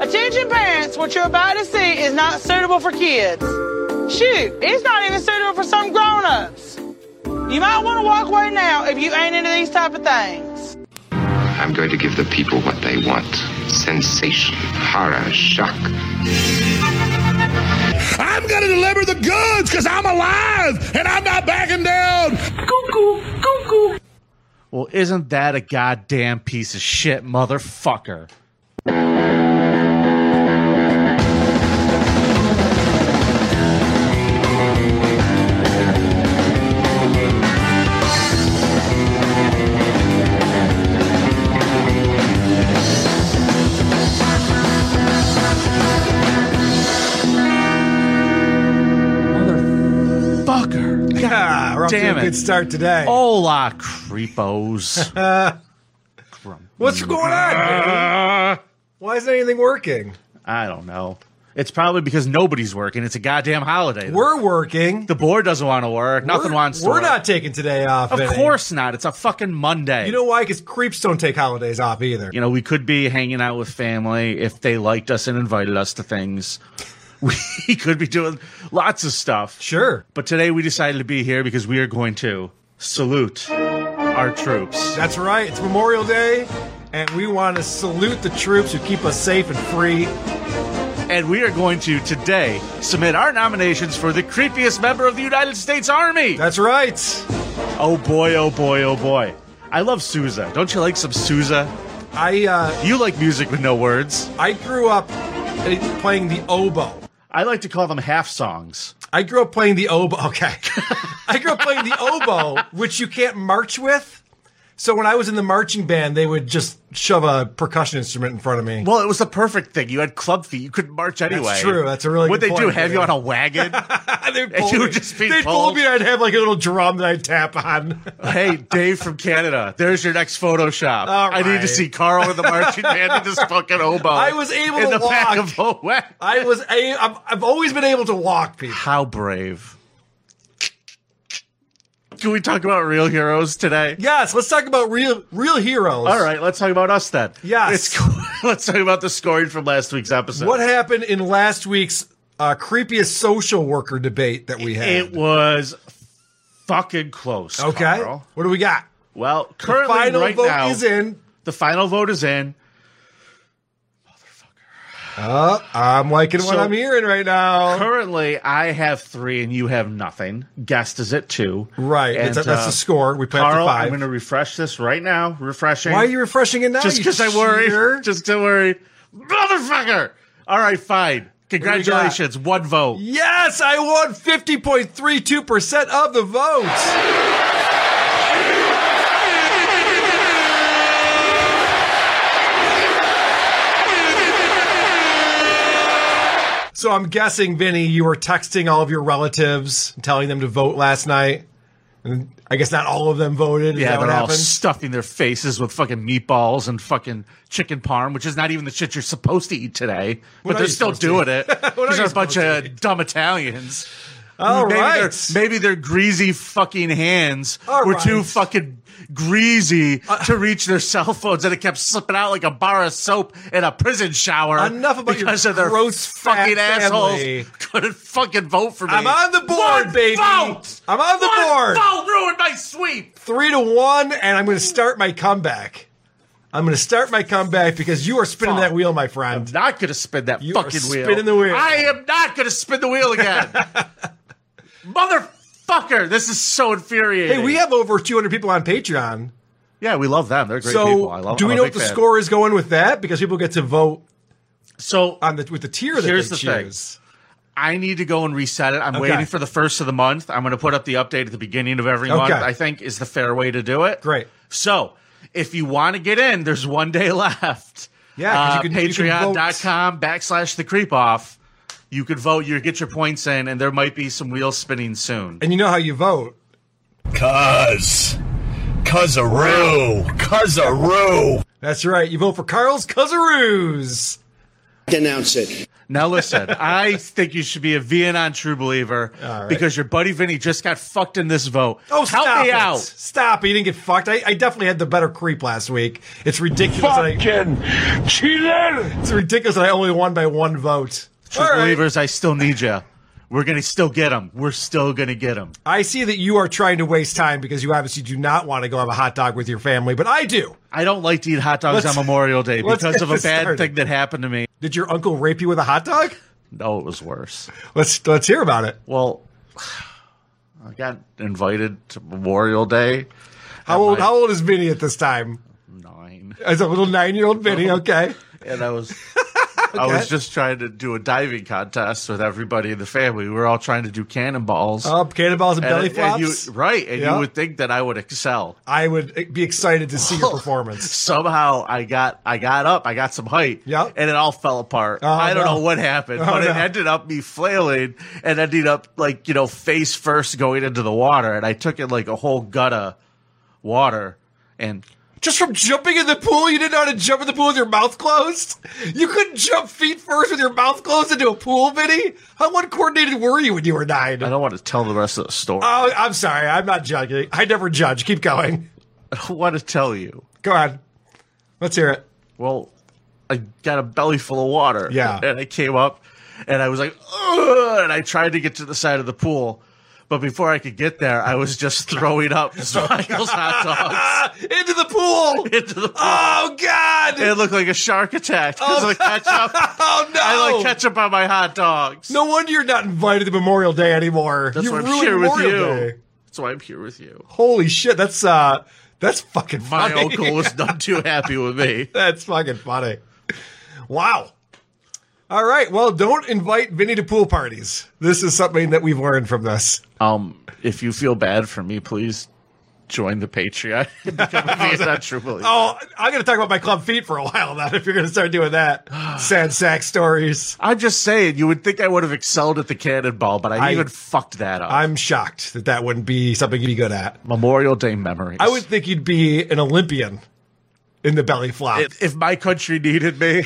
Attention parents, what you're about to see is not suitable for kids. Shoot, it's not even suitable for some grown-ups. You might want to walk away now if you ain't into these type of things. I'm going to give the people what they want sensation, horror, shock. I'm going to deliver the goods because I'm alive and I'm not backing down. Cuckoo, cuckoo. Well, isn't that a goddamn piece of shit, motherfucker? Motherfucker. Ah, we're off Damn to a it. good start today. Hola, creepos. Grump. What's going on? baby? Uh. Why isn't anything working? I don't know. It's probably because nobody's working. It's a goddamn holiday. We're working. the board doesn't want to work. Nothing we're, wants to We're work. not taking today off. Of Vinny. course not. It's a fucking Monday. You know why? Because creeps don't take holidays off either. you know, we could be hanging out with family if they liked us and invited us to things. We could be doing lots of stuff. Sure. But today we decided to be here because we are going to salute our troops. That's right. It's Memorial Day, and we want to salute the troops who keep us safe and free. And we are going to today submit our nominations for the creepiest member of the United States Army. That's right. Oh boy, oh boy, oh boy. I love Sousa. Don't you like some Sousa? I uh, You like music with no words. I grew up uh, playing the oboe. I like to call them half songs. I grew up playing the oboe. Okay. I grew up playing the oboe, which you can't march with. So when I was in the marching band, they would just shove a percussion instrument in front of me. Well, it was the perfect thing. You had club feet. You couldn't march anyway. true. That's a really What good they do? point, Have you yeah. on a wagon? they would and pull you me. would just be They'd pull pulled. me and I'd have like a little drum that I'd tap on. hey, Dave from Canada. There's your next Photoshop. All I need to right. see Carl in the marching band with this fucking oboe. I was able in to the back walk. of a wagon. I was a, I've, I've always been able to walk people. How brave. Can we talk about real heroes today? Yes, let's talk about real real heroes. All right, let's talk about us then. Yes. It's cool. let's talk about the scoring from last week's episode. What happened in last week's uh, creepiest social worker debate that we had? It was fucking close. okay. Carl. What do we got? Well, currently, Final right vote now, is in. the final vote is in. I'm liking what So- I'm hearing right now. Currently, I have three and you have nothing. Guest is at two. Right. And, That's, that's uh, the score. We play up to Carl, I'm five. going to refresh this right now. Refreshing. Why are you refreshing it now? Just you because I worry. cheater? Just because I worry. Motherfucker! All right, fine. Congratulations. One vote. yes, I won 50.32% of the votes. So I'm guessing, Vinny, you were texting all of your relatives, telling them to vote last night. And I guess not all of them voted. Is Yeah, that what they're all happened? stuffing their faces with fucking meatballs and fucking chicken parm, which is not even the shit you're supposed to eat today. but What are they're you still supposed to doing eat? it. What These are are you a bunch supposed to of dumb Italians. All maybe right. Their, maybe their greasy fucking hands All were too right. Uh, fucking greasy to reach their cell phones, and it kept slipping out like a bar of soap in a prison shower. Enough about your because of their gross, fat fucking family. assholes couldn't fucking vote for me. I'm on the board, One baby. Vote! I'm on the One board. Vote ruined my sweep. three to one, and I'm going to start my comeback. I'm going to start my comeback because you are spinning Fuck. that wheel, my I'm friend. not going to spin that You are fucking wheel. spinning the wheel. I am not going to spin the wheel again. Motherfucker, this is so infuriating. Hey, we have over 200 people on Patreon. yeah, we love them. They're great so, people. I love. do I'm we a know what big the fan. score is going with that? Because people get to vote So on the with the tier that Here's they the thing. choose. I need to go and reset it. I'm Okay. waiting for the first of the month. I'm going to put up the update at the beginning of every month. Okay. I think is the fair way to do it. Great. So if you want to get in, there's one day left. Yeah, 'cause uh, you can- you can vote. Patreon.com backslash the creep off. You could vote. You get your points in, and there might be some wheels spinning soon. And you know how you vote. Cuz. Cuzaroo. Cuzaroo. That's right. You vote for Carl's Cuzaroos. announce it. Now listen, I think you should be a Vianon true believer right. because your buddy Vinny just got fucked in this vote. Oh, help stop me it. out. Stop. it. You didn't get fucked. I, I definitely had the better creep last week. It's ridiculous. that I- it's ridiculous that I only won by one vote. True All right. believers, I still need you. We're gonna still get them. We're still gonna get them. I see that you are trying to waste time because you obviously do not want to go have a hot dog with your family, but I do. I don't like to eat hot dogs Let's- on Memorial Day let's because get of a bad this started. thing that happened to me. Did your uncle rape you with a hot dog? No, it was worse. Let's let's hear about it. Well, I got invited to Memorial Day. How old my- how old is Vinny at this time? Nine. As a little nine year old Uh-huh. Vinny, okay. and I was I was just trying to do a diving contest with everybody in the family. We were all trying to do cannonballs. Uh, cannonballs and, and, belly and flops. you, right, and Yeah. you would think that I would excel. I would be excited to see your Oh. performance. Somehow I got I got up, I got some height, Yeah. and it all fell apart. Oh, I don't no. Oh, know what happened, but it no. ended up me flailing and ended up like, you know, face first going into the water and I took in like a whole gut of water and Just from jumping in the pool, you didn't know how to jump in the pool with your mouth closed? You couldn't jump feet first with your mouth closed into a pool, Vinny? How uncoordinated were you when you were nine? I don't want to tell the rest of the story. I Oh, I'm sorry. I'm not judging. I never judge. Keep going. don't want to tell you. Go on. Let's hear it. well, I got a belly full of water. Yeah. And I came up and I was like, Ugh! and I tried to get to the side of the pool. But before I could get there, I was just throwing up Michael's hot Ah, into the pool. dogs into the pool. Oh, God. It looked like a shark attack because I catch up. oh, no. I like ketchup on my hot dogs. no wonder you're not invited to Memorial Day anymore. that's you why I'm ruined here with you. Memorial Day. That's why I'm here with you. Holy shit. That's, uh, that's fucking My funny. uncle was not too happy with me. That's fucking funny. Wow. All right. Well, don't invite Vinny to pool parties. This is something that we've learned from this. Um, if you feel bad for me, please join the Patreon. and Become a Vietnam True Believer. Oh, I'm going to talk about my club feet for a while now if you're going to start doing that. Sad sack stories. I'm just saying, you would think I would have excelled at the cannonball, but I, I- even fucked that up. I'm shocked that that wouldn't be something you'd be good at. Memorial Day memories. I would think you'd be an Olympian in the belly flop. If, if my country needed me,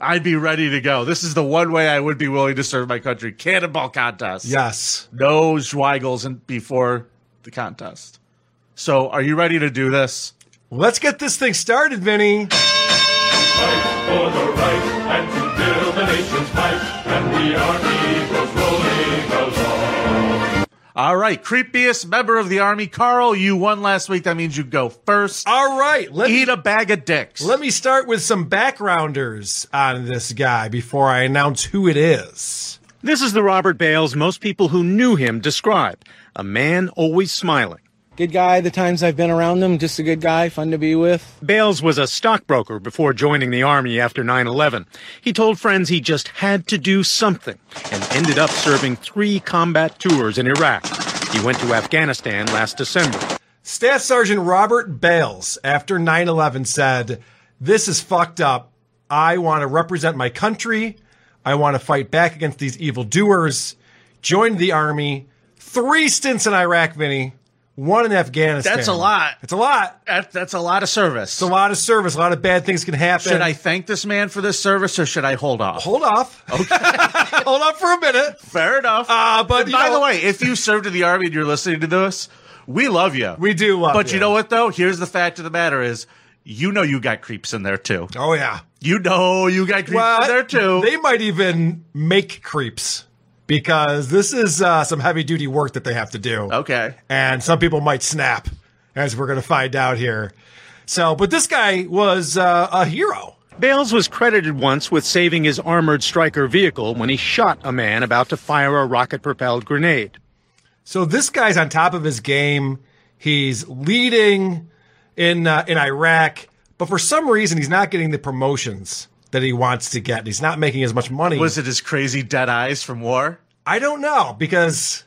I'd be ready to go. This is the one way I would be willing to serve my country: cannonball contest. yes. no Schweigels and before the contest. So, are you ready to do this? Let's get this thing started, Vinny. for the right and to build the nation's might, and we are eagles rolling along. All right, creepiest member of the army, Carl. You won last week. That means you go first. All right. Let me Eat a bag of dicks. Let me start with some backgrounders on this guy before I announce who it is. This is the Robert Bales most people who knew him described a man always smiling. Good guy the times I've been around him, just a good guy, fun to be with. Bales was a stockbroker before joining the Army after 9 11. He told friends he just had to do something and ended up serving three combat tours in Iraq. He went to Afghanistan last December. Staff Sergeant Robert Bales, after 9 11, said, This is fucked up. I want to represent my country. I want to fight back against these evildoers. Joined the army. Three stints in Iraq, Vinny. One in Afghanistan. That's a lot. It's a lot. That- that's a lot of service. It's a lot of service. A lot of bad things can happen. Should I thank this man for this service or should I hold off? hold off? Okay. hold off for a minute. Oh, Fair enough. Uh, but And you by know- the way, if Ah, you served in the army and you're listening to this, we love you. We do love But you you. know what though? Here's the fact of the matter is, you know you got creeps in there too. Oh, yeah. You know you got creeps in there too. They might even make creeps because this is uh, some heavy duty work that they have to do. okay. And some people might snap, as we're going to find out here. So, but this guy was uh, a hero. Bales was credited once with saving his armored striker vehicle when he shot a man about to fire a rocket propelled grenade. So this guy's on top of his game. He's leading in uh, in Iraq, but for some reason he's not getting the promotions that he wants to get. He's not making as much money. Was it his crazy dead eyes from war? I don't know because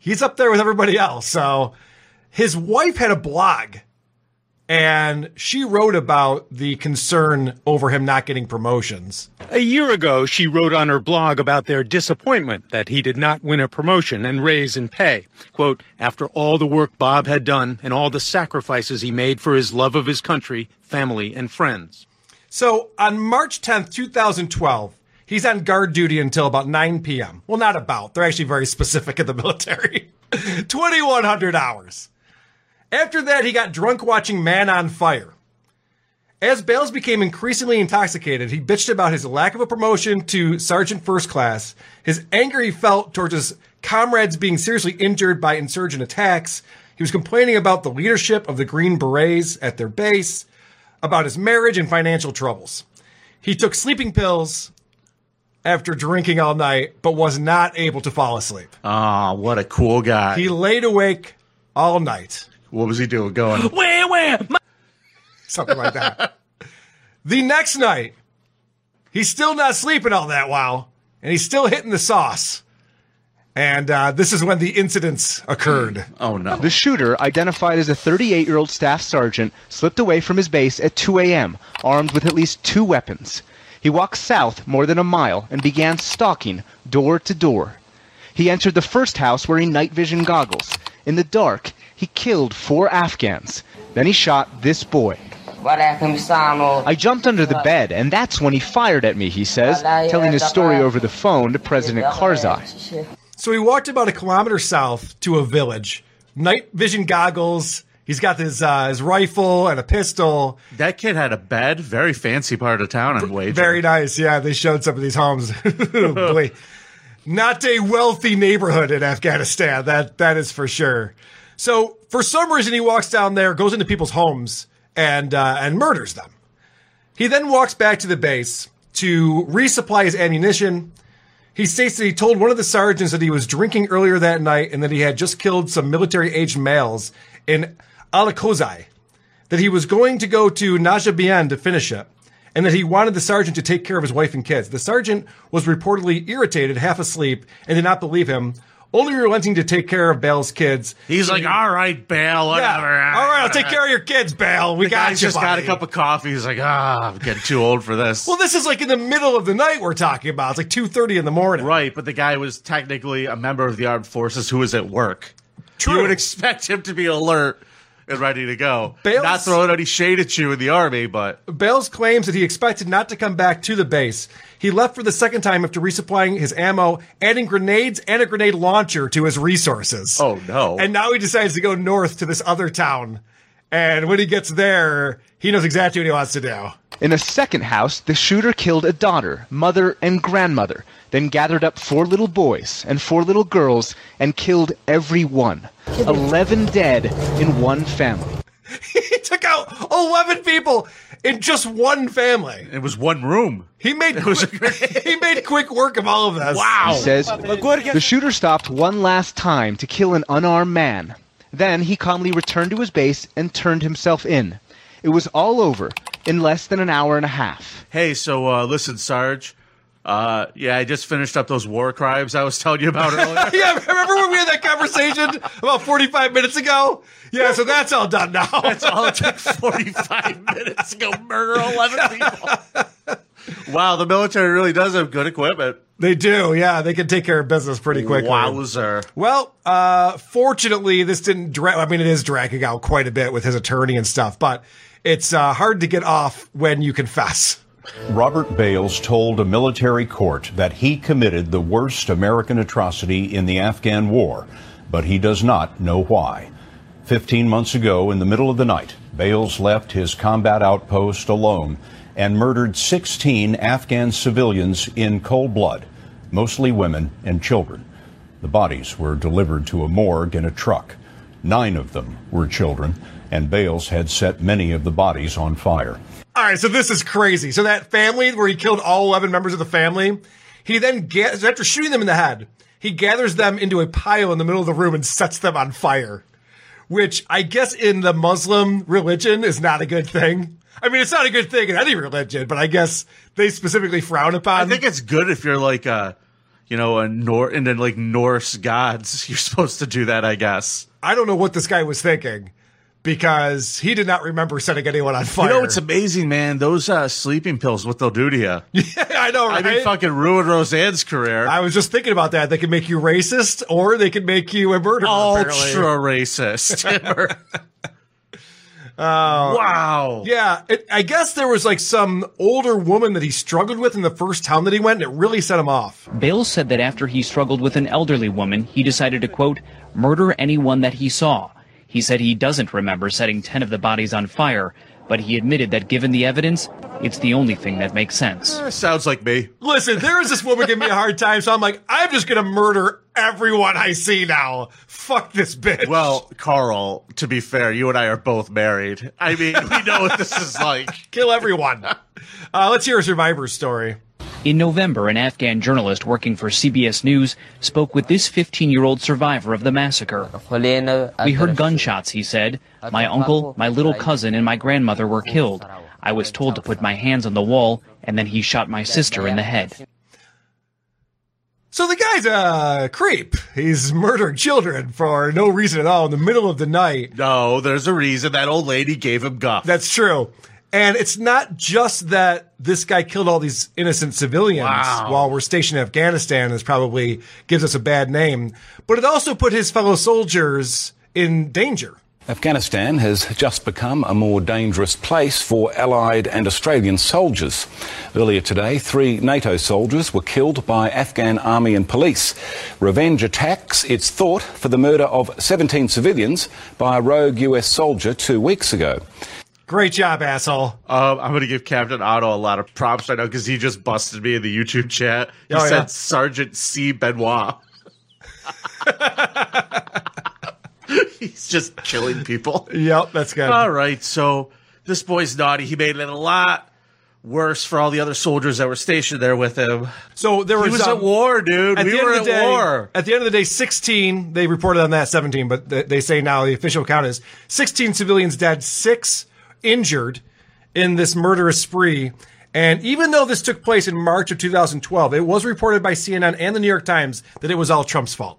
he's up there with everybody else. So his wife had a blog and she wrote about the concern over him not getting promotions. A year ago, she wrote on her blog about their disappointment that he did not win a promotion and raise in pay. Quote, after all the work Bob had done and all the sacrifices he made for his love of his country, family, and friends. So on March 10th, 2012, He's on guard duty until about 9 p.m. Well, not about. They're actually very specific in the military. 2,100 hours. After that, he got drunk watching Man on Fire. As Bales became increasingly intoxicated, he bitched about his lack of a promotion to Sergeant First Class, his anger he felt towards his comrades being seriously injured by insurgent attacks. He was complaining about the leadership of the Green Berets at their base, about his marriage and financial troubles. He took sleeping pills after drinking all night, but was not able to fall asleep. Ah, what a cool guy. He laid awake all night. what was he doing? Going, Where, where? My- something like that. the next night, he's still not sleeping all that while, and he's still hitting the sauce. And uh, this is when the incidents occurred. oh no. The shooter, identified as a 38 year old staff sergeant, slipped away from his base at 2 a.m., armed with at least two weapons. He walked south more than a mile and began stalking door to door. He entered the first house wearing night vision goggles. In the dark, he killed four Afghans. Then he shot this boy. I jumped under the bed, and that's when he fired at me, he says, telling his story over the phone to President Karzai. So he walked about a kilometer south to a village. Night vision goggles. He's got his uh, his rifle and a pistol. That kid had a bed, very fancy part of town. I'm waging. Very nice. Yeah, they showed some of these homes. Boy, not a wealthy neighborhood in Afghanistan. That that is for sure. So for some reason, he walks down there, goes into people's homes, and uh, and murders them. He then walks back to the base to resupply his ammunition. He states that he told one of the sergeants that he was drinking earlier that night and that he had just killed some military-aged males in Alakozai that he was going to go to Najabian to finish it, and that he wanted the sergeant to take care of his wife and kids. The sergeant was reportedly irritated, half asleep, and did not believe him, only relenting to take care of Bale's kids. He's like, all right, Bale, whatever. Yeah. All right, I'll take care of your kids, Bale. We The got guy's you, just got a buddy." cup of coffee. He's like, ah, I'm getting too old for this. Well, this is like in the middle of the night we're talking about. It's like two thirty in the morning. right, but the guy was technically a member of the armed forces who was at work. True. You would expect him to be alert and ready to go. Bale's- Not throwing any shade at you in the army, but Bales claims that he expected not to come back to the base. He left for the second time after resupplying his ammo, adding grenades and a grenade launcher to his resources. Oh, no. And now he decides to go north to this other town. And when he gets there, he knows exactly what he wants to do. In a second house, the shooter killed a daughter, mother, and grandmother, then gathered up four little boys and four little girls and killed every one. Eleven dead in one family. he took out 11 people in just one family. it was one room. He made quick, he made quick work of all of this. He says the shooter stopped one last time to kill an unarmed man. Then he calmly returned to his base and turned himself in. It was all over in less than an hour and a half. Hey, so uh, listen, Sarge. Uh, yeah, I just finished up those war crimes I was telling you about earlier. Yeah, remember when we had that conversation about 45 minutes ago? Yeah, so that's all done now. That's all it took 45 minutes to go murder 11 people. wow, the military really does have good equipment. They do, yeah. They can take care of business pretty quickly. Wowzer. Well, uh, fortunately, this didn't drag. I mean, it is dragging out quite a bit with his attorney and stuff, but it's uh, hard to get off when you confess. Robert Bales told a military court that he committed the worst American atrocity in the Afghan war, but he does not know why. Fifteen months ago, in the middle of the night, Bales left his combat outpost alone and murdered 16 Afghan civilians in cold blood, mostly women and children. The bodies were delivered to a morgue in a truck. Nine of them were children, and Bales had set many of the bodies on fire. All right, so this is crazy. So that family where he killed all 11 members of the family, he then gathers, after shooting them in the head, he gathers them into a pile in the middle of the room and sets them on fire, which I guess in the Muslim religion is not a good thing. I mean, it's not a good thing in any religion, but I guess they specifically frown upon. I think it's good if you're like a, you know, a Nor and then like Norse gods. You're supposed to do that, I guess. I don't know what this guy was thinking because he did not remember setting anyone on fire. You know, it's amazing, man. Those uh, sleeping pills, what they'll do to you. I know, I right? think fucking ruined Roseanne's career. I was just thinking about that. They can make you racist or they can make you a murderer. Ultra apparently. racist. Um, wow. Yeah. It, I guess there was like some older woman that he struggled with in the first town that he went, and it really set him off. Bale said that after he struggled with an elderly woman, he decided to, quote, murder anyone that he saw. He said he doesn't remember setting 10 of the bodies on fire, but he admitted that given the evidence, it's the only thing that makes sense. Eh, sounds like me. Listen, there is this woman giving me a hard time, so I'm like, I'm just going to murder everyone I see now. Fuck this bitch. Well, Carl, to be fair, you and I are both married. I mean, we know what this is like. Kill everyone. Uh, let's hear a survivor's story. In November, an Afghan journalist working for CBS News spoke with this 15 year old survivor of the massacre. We heard gunshots, he said. My uncle, my little cousin, and my grandmother were killed. I was told to put my hands on the wall, and then he shot my sister in the head. So the guy's a creep. He's murdering children for no reason at all in the middle of the night. No, there's a reason that old lady gave him guff. That's true. And it's not just that this guy killed all these innocent civilians Wow. while we're stationed in Afghanistan is probably gives us a bad name, but it also put his fellow soldiers in danger. Afghanistan has just become a more dangerous place for Allied and Australian soldiers. Earlier today, three NATO soldiers were killed by Afghan army and police. Revenge attacks, it's thought, for the murder of 17 civilians by a rogue US soldier two weeks ago. Great job, asshole. Um, I'm going to give Captain Otto a lot of props right now because he just busted me in the YouTube chat. He Oh, said yeah? Sergeant C. Benoit. He's just killing people. Yep, that's good. All right, so this boy's naughty. He made it a lot worse for all the other soldiers that were stationed there with him. So there He was, was um, at war, dude. At we the end were of at the day, war. At the end of the day, 16, they reported on that 17, but th- they say now the official count is 16 civilians dead, six injured in this murderous spree. And even though this took place in March of 2012, it was reported by CNN and the New York Times that it was all Trump's fault.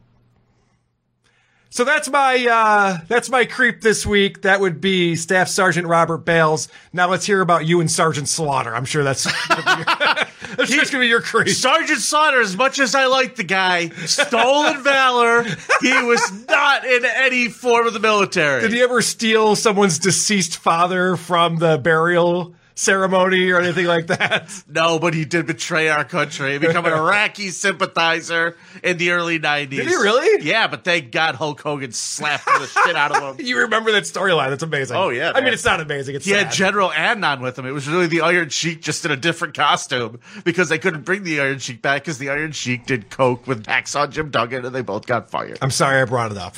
So that's my uh, that's my creep this week. That would be Staff Sergeant Robert Bales. Now let's hear about you and Sergeant Slaughter. I'm sure that's That's just gonna be your creep. Sergeant Slaughter, as much as I like the guy, stolen valor. He was not in any form of the military. Did he ever steal someone's deceased father from the burial ceremony or anything like that? No, but he did betray our country, become an Iraqi sympathizer in the early 90s. Did he really? Yeah, but thank God Hulk Hogan slapped the shit out of him. You remember that storyline? That's amazing. Oh, yeah. I mean, man. it's not amazing. It's he sad. had General Adnan with him. It was really the Iron Sheik just in a different costume because they couldn't bring the Iron Sheik back because the Iron Sheik did coke with Hacksaw Jim Duggan and they both got fired. I'm sorry I brought it up.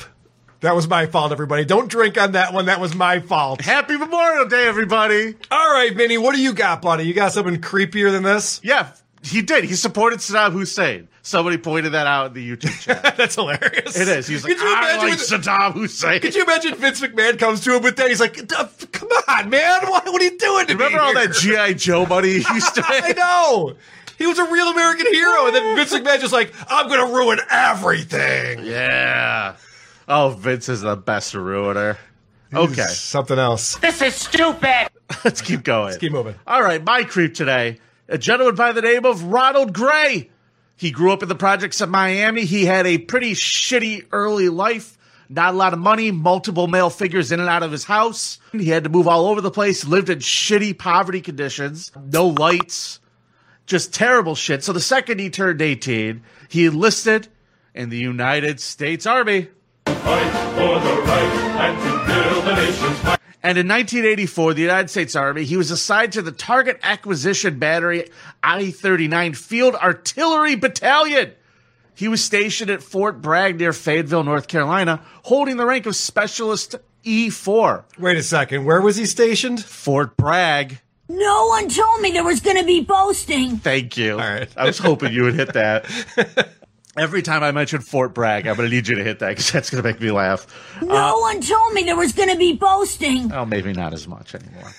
That was my fault, everybody. Don't drink on that one. That was my fault. Happy Memorial Day, everybody. All right, Vinny, what do you got, buddy? You got something creepier than this? Yeah, he did. He supported Saddam Hussein. Somebody pointed that out in the YouTube chat. That's hilarious. It is. He's like, Could you I imagine like with- Saddam Hussein. Could you imagine Vince McMahon comes to him with that? He's like, "Duh, f- come on, man. Why, what are you doing to Remember me? all that here?" G.I. Joe money he used to I know. He was a real American hero. And then Vince McMahon's just like, I'm going to ruin everything. Yeah. Oh, Vince is the best ruiner. Okay. Something else. This is stupid. Let's keep going. Let's keep moving. All right, my creep today. A gentleman by the name of Ronald Gray. He grew up in the projects of Miami. He had a pretty shitty early life. Not a lot of money, multiple male figures in and out of his house. He had to move all over the place, lived in shitty poverty conditions, no lights, just terrible shit. So the second he turned 18, he enlisted in the United States Army. For the right and to build a nation's might. And in 1984, the United States Army, he was assigned to the Target Acquisition Battery I 39 Field Artillery Battalion. He was stationed at Fort Bragg near Fayetteville, North Carolina, holding the rank of Specialist E4. Wait a second. Where was he stationed? Fort Bragg. No one told me there was going to be boasting. Thank you. All right. I was hoping you would hit that. Every time I mention Fort Bragg, I'm going to need you to hit that because that's going to make me laugh. No one told me there was going to be boasting. Oh, maybe not as much anymore.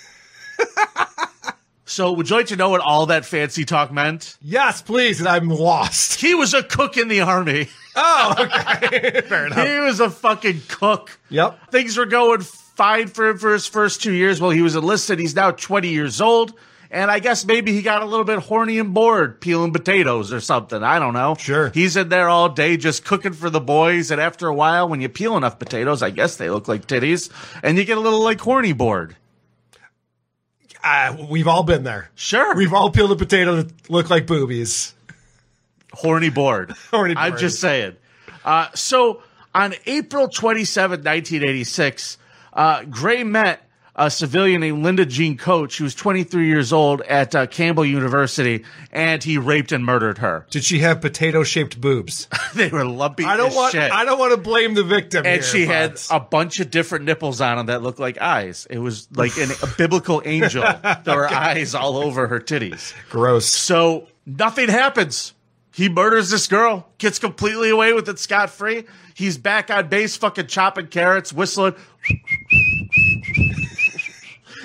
so, would you like to know what all that fancy talk meant? Yes, please. And I'm lost. He was a cook in the army. Oh, okay. Fair enough. He was a fucking cook. Yep. Things were going fine for him for his first two years while he was enlisted. He's now 20 years old And I guess maybe he got a little bit horny and bored peeling potatoes or something. I don't know. Sure. He's in there all day just cooking for the boys. And after a while, when you peel enough potatoes, I guess they look like titties. And you get a little like horny bored. Uh, we've all been there. Sure. We've all peeled a potato that look like boobies. Horny bored. Horny I'm bored. just saying. Uh, so on April 27, 1986, uh, Gray met a civilian named Linda Jean Coach, who was 23 years old at uh, Campbell University, and he raped and murdered her. Did she have potato shaped boobs? they were lumpy. I don't as want. shit. I don't want to blame the victim. and here, she but- had a bunch of different nipples on them that looked like eyes. It was like an, a biblical angel. There were eyes all over her titties. Gross. So nothing happens. He murders this girl, gets completely away with it scot free. He's back on base, fucking chopping carrots, whistling.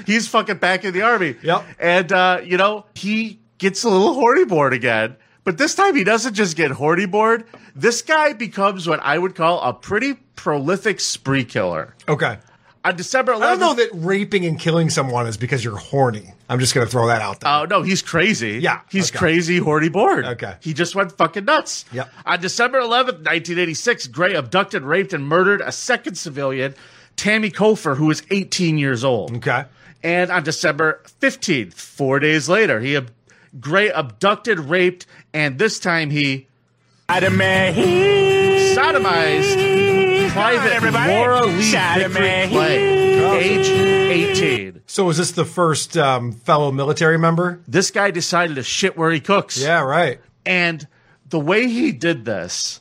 He's fucking back in the army. Yep. And, uh, you know, he gets a little horny bored again. But this time he doesn't just get horny bored. This guy becomes what I would call a pretty prolific spree killer. Okay. On December 11th. I don't know that raping and killing someone is because you're horny. I'm just going to throw that out there. Oh no, he's crazy. Yeah, he's okay. crazy, horny, bored. Okay. he just went fucking nuts. Yep. On December 11th, 1986, Gray abducted, raped, and murdered a second civilian, Tammy Kofer, who was 18 years old. Okay. And on December 15th, four days later, he ab- Gray abducted, raped, and this time he sodomized Private Laura Lee Vickery Oh. Clay, age 18. So was this the first um, fellow military member? This guy decided to shit where he cooks. Yeah, right. And the way he did this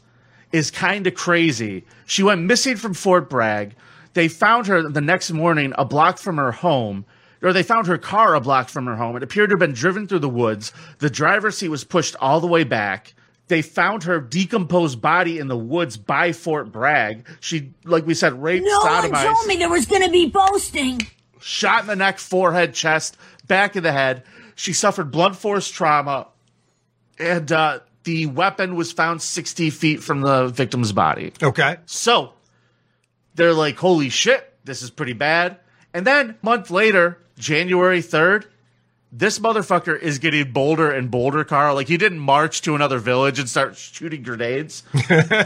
is kind of crazy. She went missing from Fort Bragg. They found her the next morning a block from her home, or they found her car a block from her home. It appeared to have been driven through the woods. The driver's seat was pushed all the way back. They found her decomposed body in the woods by Fort Bragg. She, like we said, raped, No one sodomized told me there was gonna be boasting. shot in the neck, forehead, chest, back of the head. She suffered blunt force trauma, and uh, the weapon was found 60 feet from the victim's body. Okay. So they're like, holy shit, this is pretty bad. And then, month later, January 3rd, this motherfucker is getting bolder and bolder, Carl. Like, he didn't march to another village and start shooting grenades.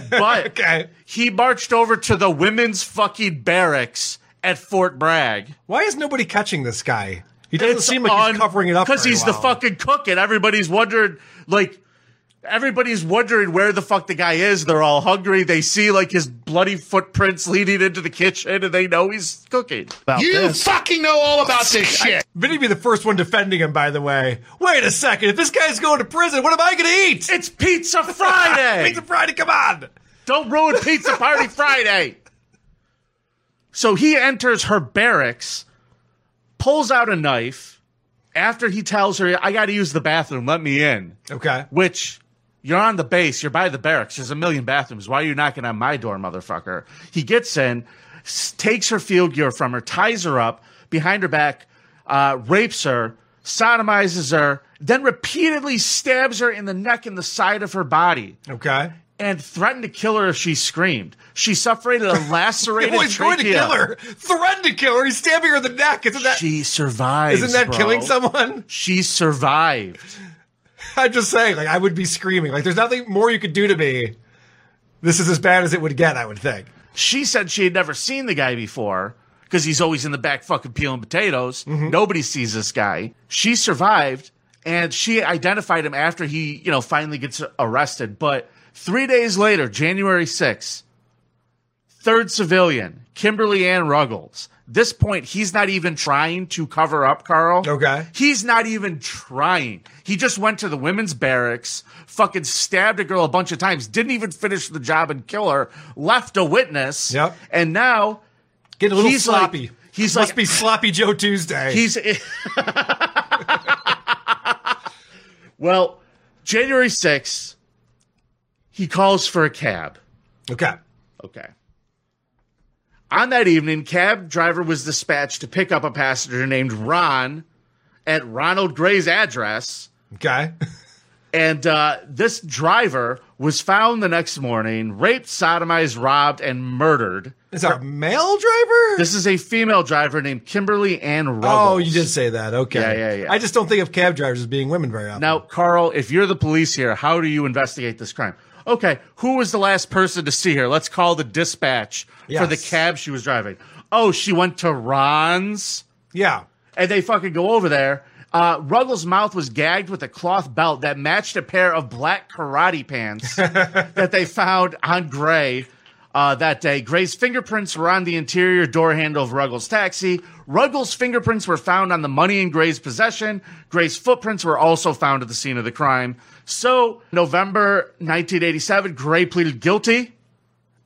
but he marched over to the women's fucking barracks at Fort Bragg. Why is nobody catching this guy? He doesn't seem like he's covering it up because very he's the well. fucking cook, and everybody's wondering, like, everybody's wondering where the fuck the guy is. They're all hungry. They see like his bloody footprints leading into the kitchen, and they know he's cooking. fucking know all about this shit. Vinny'd be the first one defending him, by the way. Wait a second. If this guy's going to prison, what am I going to eat? It's Pizza Friday. Pizza Friday, come on. Don't ruin Pizza Party Friday. So he enters her barracks, pulls out a knife after he tells her, I got to use the bathroom. Let me in. Okay. Which you're on the base, you're by the barracks. There's a million bathrooms. Why are you knocking on my door, motherfucker? He gets in, s- takes her field gear from her, ties her up behind her back, uh, rapes her, sodomizes her, then repeatedly stabs her in the neck and the side of her body Okay. and threatened to kill her if she screamed. She suffered a lacerated Well, he's going to trachea. kill her. Threatened to kill her. He's stabbing her in the neck. Isn't that? She survives. Isn't that bro. killing someone? She survived. I'm just saying, like, I would be screaming. Like, there's nothing more you could do to me. This is as bad as it would get, I would think. She said she had never seen the guy before because he's always in the back fucking peeling potatoes. Nobody sees this guy. She survived and she identified him after he, you know, finally gets arrested. But three days later, January 6th, third civilian, Kimberly Ann Ruggles. This point, he's not even trying to cover up, Carl. Okay. He's not even trying. He just went to the women's barracks, fucking stabbed a girl a bunch of times, didn't even finish the job and kill her, left a witness. Yep. And now Get a little he's like- sloppy. he's Must like- be sloppy Joe Tuesday. He's well, January 6th, he calls for a cab. Okay. Okay. On that evening, cab driver was dispatched to pick up a passenger named Ron at Ronald Gray's address. Okay. And uh, this driver was found the next morning, raped, sodomized, robbed, and murdered. Is that a male driver? This is a female driver named Kimberly Ann Ruggles. Oh, you did say that. Okay. Yeah, yeah, yeah. I just don't think of cab drivers as being women very often. Now, Carl, if you're the police here, how do you investigate this crime? Okay, who was the last person to see her? Let's call the dispatch for Yes. the cab she was driving. Oh, she went to Ron's. Yeah. And they fucking go over there. Uh, Ruggles' mouth was gagged with a cloth belt that matched a pair of black karate pants that they found on Gray uh, that day. Gray's fingerprints were on the interior door handle of Ruggles' taxi. Ruggles' fingerprints were found on the money in Gray's possession. Gray's footprints were also found at the scene of the crime. So, November 1987, Gray pleaded guilty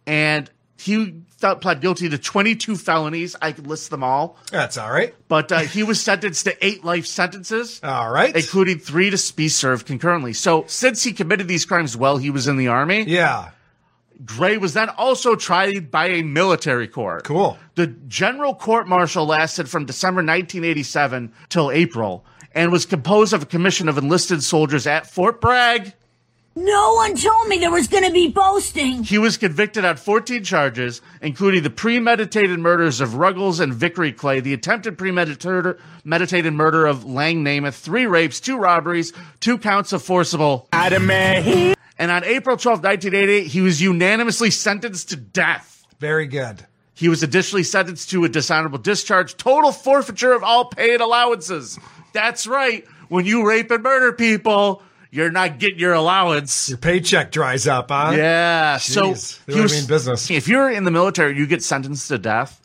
and he felt, pled guilty to 22 felonies. I could list them all. That's all right. But uh, he was sentenced to eight life sentences. All right. Including three to be served concurrently. So, since he committed these crimes while he was in the Army. Yeah. Gray was then also tried by a military court. Cool. The general court martial lasted from December 1987 till April and was composed of a commission of enlisted soldiers at Fort Bragg. No one told me there was going to be boasting. He was convicted on 14 charges, including the premeditated murders of Ruggles and Vickery Clay, the attempted premeditated meditated murder of Lang Namath, three rapes, two robberies, two counts of forcible. Adame. And on April 12, 1988, he was unanimously sentenced to death. Very good. He was additionally sentenced to a dishonorable discharge, total forfeiture of all paid allowances. That's right. When you rape and murder people, you're not getting your allowance. Your paycheck dries up, huh? Yeah. Jeez, So they would've been in business. If you're in the military, you get sentenced to death.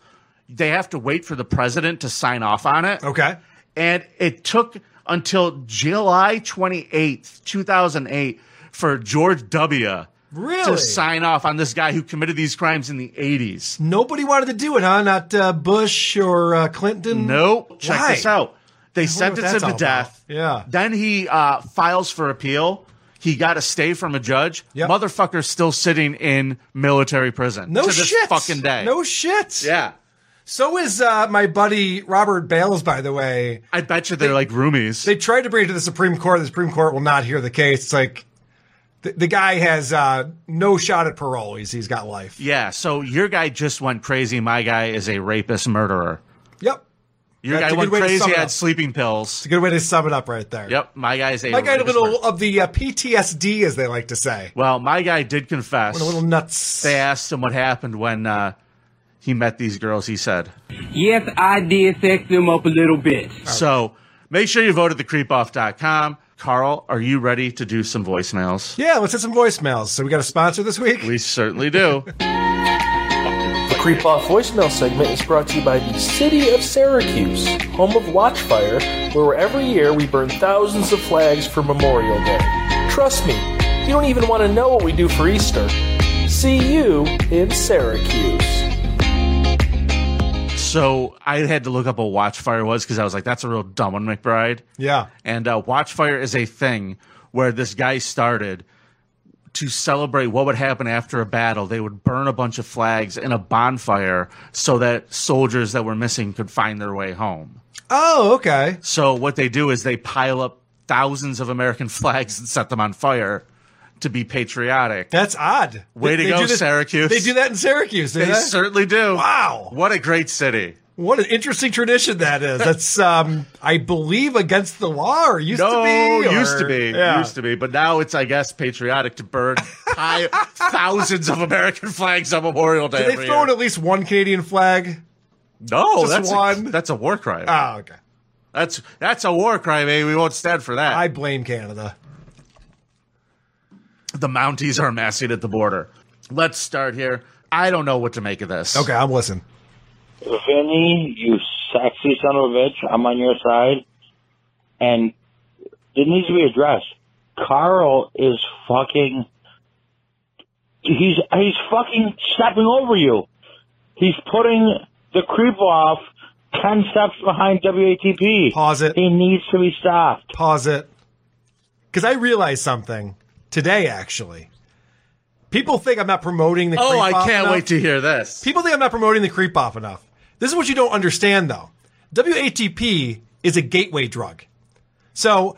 They have to wait for the president to sign off on it. Okay. And it took until July 28th, 2008, for George W. Really? to sign off on this guy who committed these crimes in the 80s. Nobody wanted to do it, huh? Not uh, Bush or uh, Clinton? Nope. Check Why? this out. They I wonder what sentenced him that's to all death. about. Then he uh, files for appeal. He got a stay from a judge. Motherfucker's still sitting in military prison No to this shit. fucking day. No shit. Yeah. So is uh, my buddy Robert Bales, by the way. I bet you they're like roomies. They tried to bring it to the Supreme Court. The Supreme Court will not hear the case. It's like the, the guy has uh, no shot at parole. He's, he's got life. Yeah, so your guy just went crazy. My guy is a rapist murderer. Yep. Your That's a guy good went way to sum crazy, it had up. sleeping pills. It's a good way to sum it up right there. Yep, my guy's a My guy had a rapist murderer. little of the uh, PTSD, as they like to say. Well, my guy did confess. Went a little nuts. They asked him what happened when uh, he met these girls. He said, Yes, I did sex them up a little bit. So make sure you vote at thecreepoff.com. Carl, are you ready to do some voicemails? Yeah, let's hit some voicemails. So we got a sponsor this week? We certainly do. The Creep Off voicemail segment is brought to you by the City of Syracuse, home of Watchfire, where every year we burn thousands of flags for Memorial Day. Trust me, you don't even want to know what we do for Easter. See you in Syracuse. so I had to look up what Watchfire was because I was like, that's a real dumb one, McBride. Yeah. And uh, Watchfire is a thing where this guy started to celebrate what would happen after a battle. They would burn a bunch of flags in a bonfire so that soldiers that were missing could find their way home. Oh, okay. So what they do is they pile up thousands of American flags and set them on fire to be patriotic. That's odd. Way to They- they go, do this- Syracuse. They do that in Syracuse. do They they? certainly do. Wow. What a great city. What an interesting tradition that is. That's, um, I believe, against the law, or used to No, be. or- used to be, Yeah. used to be, but now it's, I guess, patriotic to burn high, thousands of American flags on Memorial Day. Did they every throw year. in at least one Canadian flag? No, Just that's one? A, that's a war crime. Oh, okay. That's that's a war crime, eh? We won't stand for that. I blame Canada. The Mounties are massing at the border. Let's start here. I don't know what to make of this. Okay, I'm listening. Vinny, you sexy son of a bitch, I'm on your side. And it needs to be addressed. Carl is fucking. He's he's fucking stepping over you. He's putting the creep off ten steps behind WATP. Pause it. He needs to be stopped. Pause it. Because I realized something today, actually. People think I'm not promoting the Oh, creep I off can't enough. wait to hear this. People think I'm not promoting the creep off enough. This is what you don't understand, though. WATP is a gateway drug. So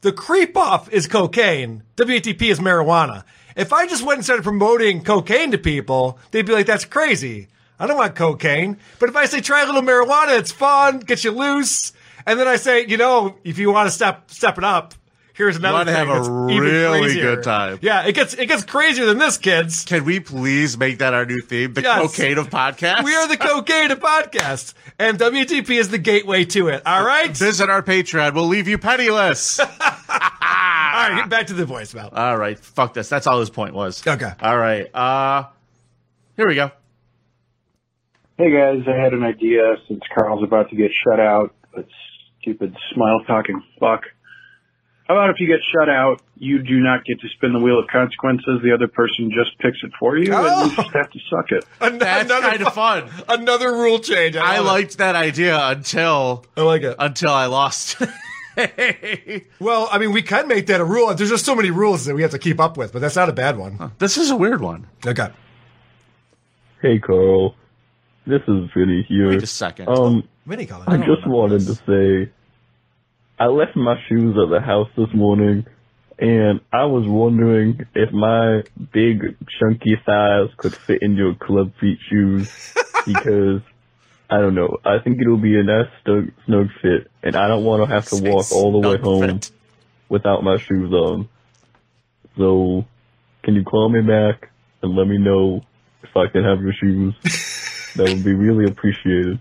The creep off is cocaine. WATP is marijuana. If I just went and started promoting cocaine to people, they'd be like, that's crazy. I don't want cocaine. But if I say try a little marijuana, it's fun, gets you loose. And then I say, you know, if you want to step step it up, here's another wanna thing have a that's even really crazier. good time. Yeah, it gets it gets crazier than this, kids. Can we please make that our new theme? The Yes. cocaine of podcasts? We are the cocaine of podcasts, and WTP is the gateway to it. All right? Visit our Patreon. We'll leave you penniless. all right, get back to the voicemail. All right, fuck this. That's all his point was. Okay. All right. Uh here we go. Hey guys, I had an idea since Carl's about to get shut out. That stupid smile talking fuck. How about if you get shut out, you do not get to spin the wheel of consequences. The other person just picks it for you, Oh. and you just have to suck it. That's kind of fun. Another rule change. I, liked that idea until I like it. Until I lost. well, I mean, we can make that a rule. There's just so many rules that we have to keep up with, but that's not a bad one. This is a weird one. Okay. Hey Carl, this is Vinny here. Wait a second. Um, Vinny calling. I just wanted to say, I left my shoes at the house this morning, and I was wondering if my big chunky thighs could fit in your club feet shoes because I don't know. I think it'll be a nice snug, snug fit, and I don't want to have to walk all the way home without my shoes on. So, can you call me back and let me know if I can have your shoes? that would be really appreciated.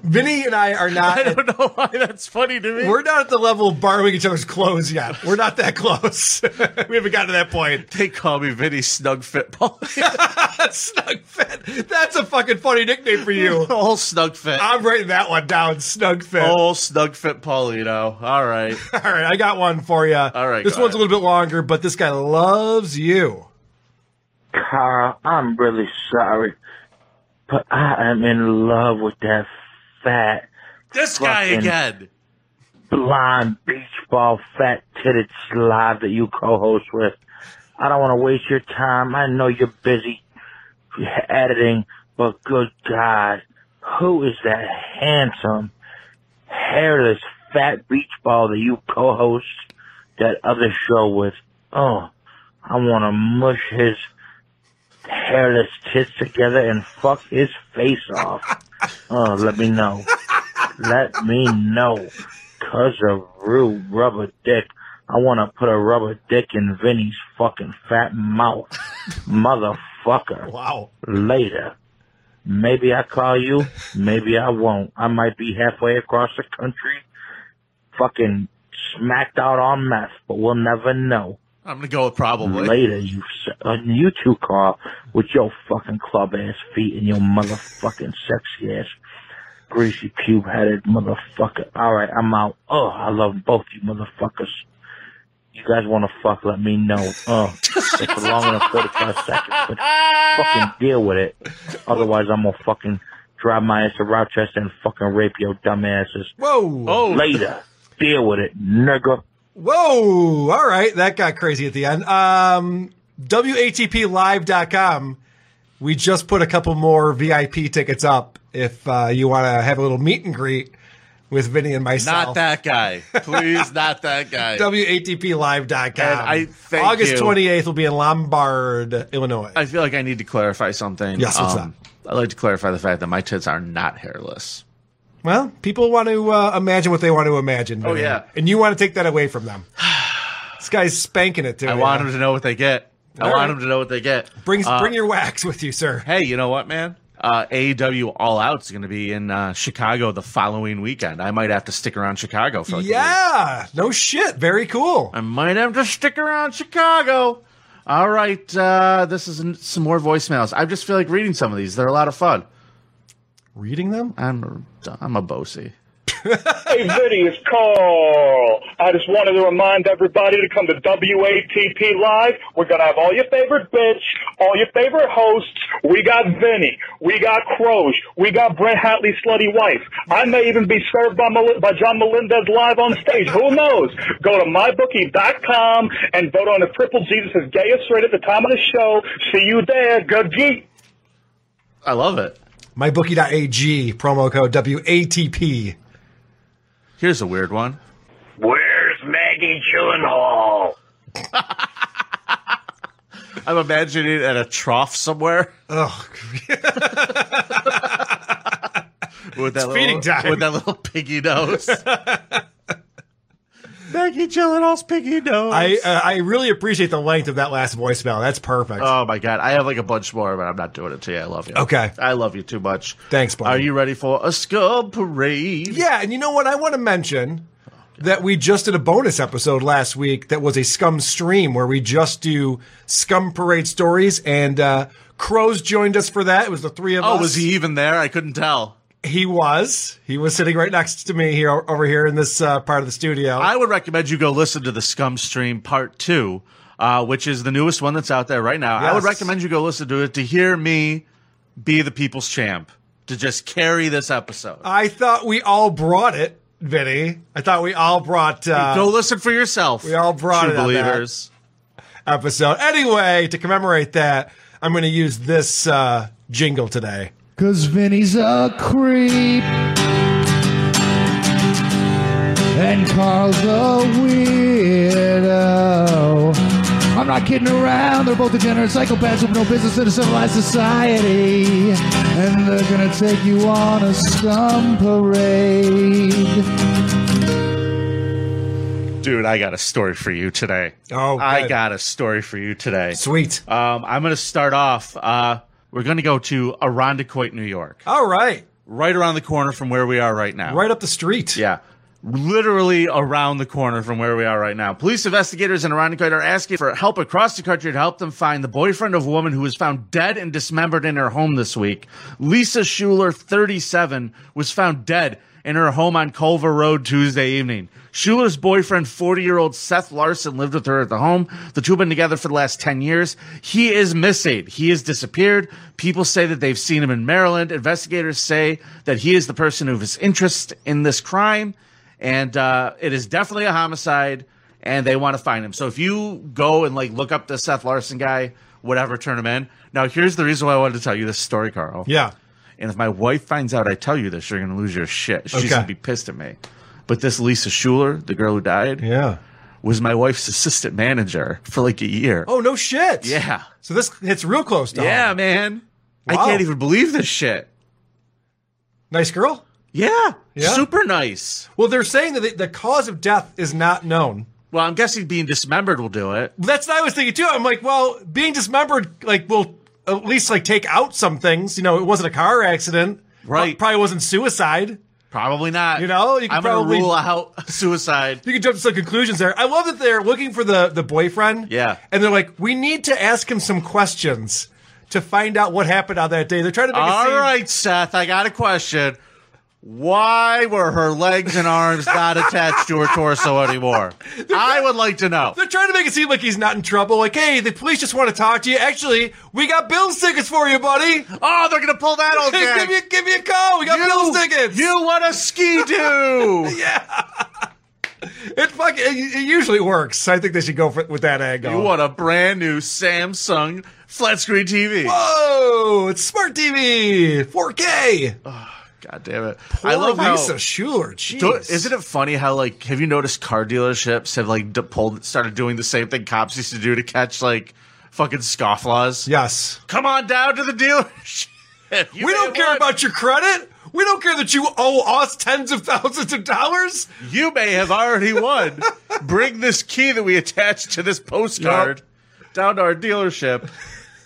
Vinny and I are not. I don't know why that's funny to me. We're not at the level of borrowing each other's clothes yet. We're not that close. we haven't gotten to that point. They call me Vinny Snug Fit Paul. snug Fit. That's a fucking funny nickname for you. All Snug Fit. I'm writing that one down. Snug Fit. Oh, snug fit Paulino. All right. All right, I got one for you. All right, This go one's a little bit longer, but this guy loves you. Carl, I'm really sorry, but I am in love with that fat. This guy fucking again. Blonde beach ball, fat titted slob that you co-host with. I don't want to waste your time. I know you're busy editing, but good God, who is that handsome, hairless, fat beach ball that you co-host that other show with? Oh, I want to mush his hairless tits together and fuck his face off. Oh, let me know. Let me know. Cause of real rubber dick. I want to put a rubber dick in Vinny's fucking fat mouth. Motherfucker. Wow. Later. Maybe I call you. Maybe I won't. I might be halfway across the country. Fucking smacked out on meth, but we'll never know. I'm gonna go with probably. Later, you s- uh, you two car with your fucking club ass feet and your motherfucking sexy ass greasy cube headed motherfucker. All right, I'm out. Oh, I love both you motherfuckers. You guys want to fuck? Let me know. Oh, it's long enough 35 seconds, but fucking deal with it. Otherwise, I'm gonna fucking drive my ass to Rochester and fucking rape your dumb asses. Whoa. Oh. Later, deal with it, nigga. Whoa. All right. That got crazy at the end. Um, WATPlive.com. We just put a couple more VIP tickets up if uh, you want to have a little meet and greet with Vinny and myself. Not that guy. Please, not that guy. WATPlive.com. And I thank August you. 28th will be in Lombard, Illinois. I feel like I need to clarify something. Um, Yes, what's I'd like to clarify the fact that my tits are not hairless. Well, people want to uh, imagine what they want to imagine. Oh, Vinny. yeah. And you want to take that away from them. this guy's spanking it, too. I want them to know what they get. I All want right. them to know what they get. Bring, Uh, bring your wax with you, sir. Hey, you know what, man? Uh, AEW All Out's going to be in uh, Chicago the following weekend. I might have to stick around Chicago for like a Yeah, no shit. Very cool. I might have to stick around Chicago. All right, uh, this is n- some more voicemails. I just feel like reading some of these. They're a lot of fun. Reading them? I'm I'm a bossy. Hey, Vinny, it's Carl. I just wanted to remind everybody to come to WATP Live. We're going to have all your favorite bitch, all your favorite hosts. We got Vinny. We got Croge. We got Brent Hatley's slutty wife. I may even be served by, Mel- by John Melendez live on stage. Who knows? Go to mybookie.com and vote on the Triple Jesus is Gayest Rate at the time of the show. See you there. Good geek. I love it. Mybookie.ag, promo code WATP. Here's a weird one. Where's Maggie Gyllenhaal. I'm imagining it at a trough somewhere. Oh, with that It's little, feeding time. with that little piggy nose. Maggie Gyllenhaal's piggy nose. I uh, I really appreciate the length of that last voicemail. That's perfect. oh my god, I have like a bunch more, but I'm not doing it to you. I love you. Okay. I love you too much. Thanks, buddy. Are you ready for a scum parade? Yeah, and you know what? I want to mention that we just did a bonus episode last week that was a scum stream where we just do scum parade stories, and uh, Crows joined us for that. It was the three of Oh, us. was he even there? I couldn't tell. He was. He was sitting right next to me here over here in this uh, part of the studio. I would recommend you go listen to the Scum Stream Part Two, uh, which is the newest one that's out there right now. I would Yes. recommend you go listen to it to hear me be the people's champ to just carry this episode. I thought we all brought it, Vinny. I thought we all brought. Uh, go listen for yourself. We all brought true it on that believers. episode. Anyway, to commemorate that, I'm going to use this uh, jingle today. Cause Vinny's a creep. And Carl's a weirdo. I'm not kidding around. They're both degenerate psychopaths with no business in a civilized society. And they're gonna take you on a scum parade. Dude, I got a story for you today. Oh, I good. got a story for you today. Sweet. Um, I'm going to start off. Uh, we're going to go to Arondacoit, New York. All right. Right around the corner from where we are right now. Right up the street. Yeah. Literally around the corner from where we are right now. Police investigators in Arondacoit are asking for help across the country to help them find the boyfriend of a woman who was found dead and dismembered in her home this week. Lisa Schuler, 37, was found dead in her home on Culver Road Tuesday evening. Schuler's boyfriend, 40 year old Seth Larson, lived with her at the home. The two have been together for the last 10 years. He is missing. He has disappeared. People say that they've seen him in Maryland. Investigators say that he is the person who is interest in this crime and uh, it is definitely a homicide and they want to find him so if you go and like look up the seth larson guy whatever turn him in now here's the reason why i wanted to tell you this story carl Yeah. and if my wife finds out i tell you this you're gonna lose your shit she's Okay. gonna be pissed at me but this lisa schuler the girl who died yeah was my wife's assistant manager for like a year Oh no shit. Yeah. So this hits real close to yeah home. man i Wow. can't even believe this shit Nice girl. yeah, Yeah. super nice Well, they're saying that the, the cause of death is not known. well i'm guessing being dismembered will do it That's what I was thinking too. I'm like, well, being dismembered, like, will at least like take out some things. You know, it wasn't a car accident. Right. Probably wasn't suicide. Probably not. You know, you can i'm probably gonna rule out suicide You can jump to some conclusions there. I love that they're looking for the the boyfriend. Yeah. And they're like, we need to ask him some questions to find out what happened on that day. They're trying to make All it seem right, Seth, I got a question. Why were her legs and arms not attached to her torso anymore? I would like to know. They're trying to make it seem like he's not in trouble. Like, hey, the police just want to talk to you. Actually, we got Bills tickets for you, buddy. Oh, they're gonna pull that old give gag. me, give me a call. We got Bills tickets. You want a ski do? yeah. It fuck. It, it usually works. I think they should go for, with that angle. You want a brand new Samsung flat screen TV. Whoa! Oh, It's smart TV, 4K. God damn it. Poor I love Lisa how. Schuler. Jeez. Do- isn't it funny how like have you noticed car dealerships have like d- pulled started doing the same thing cops used to do to catch like fucking scofflaws? Yes. Come on down to the dealership. we don't care about your credit. We don't care that you owe us tens of thousands of dollars. You may have already won. Bring this key that we attached to this postcard down to our dealership,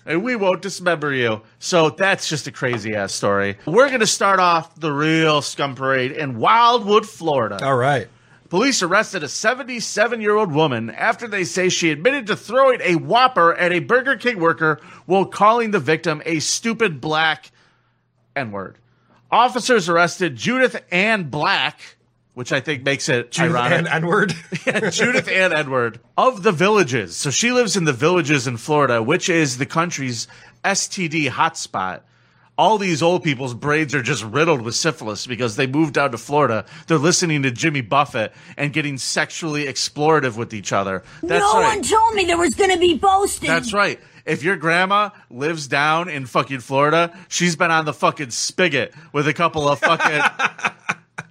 and we won't dismember you. So that's just a crazy ass story. We're going to start off the real scum parade in Wildwood, Florida. All right. Police arrested a 77 year old woman after they say she admitted to throwing a whopper at a Burger King worker while calling the victim a stupid black N word. Officers arrested Judith Ann Black, which I think makes it Judith ironic. Ann Edward. Judith Ann Edward of the Villages. So she lives in the Villages in Florida, which is the country's STD hotspot. All these old people's brains are just riddled with syphilis because they moved down to Florida. They're listening to Jimmy Buffett and getting sexually explorative with each other. That's no right. one told me there was going to be boasting. That's right. If your grandma lives down in fucking Florida, she's been on the fucking spigot with a couple of fucking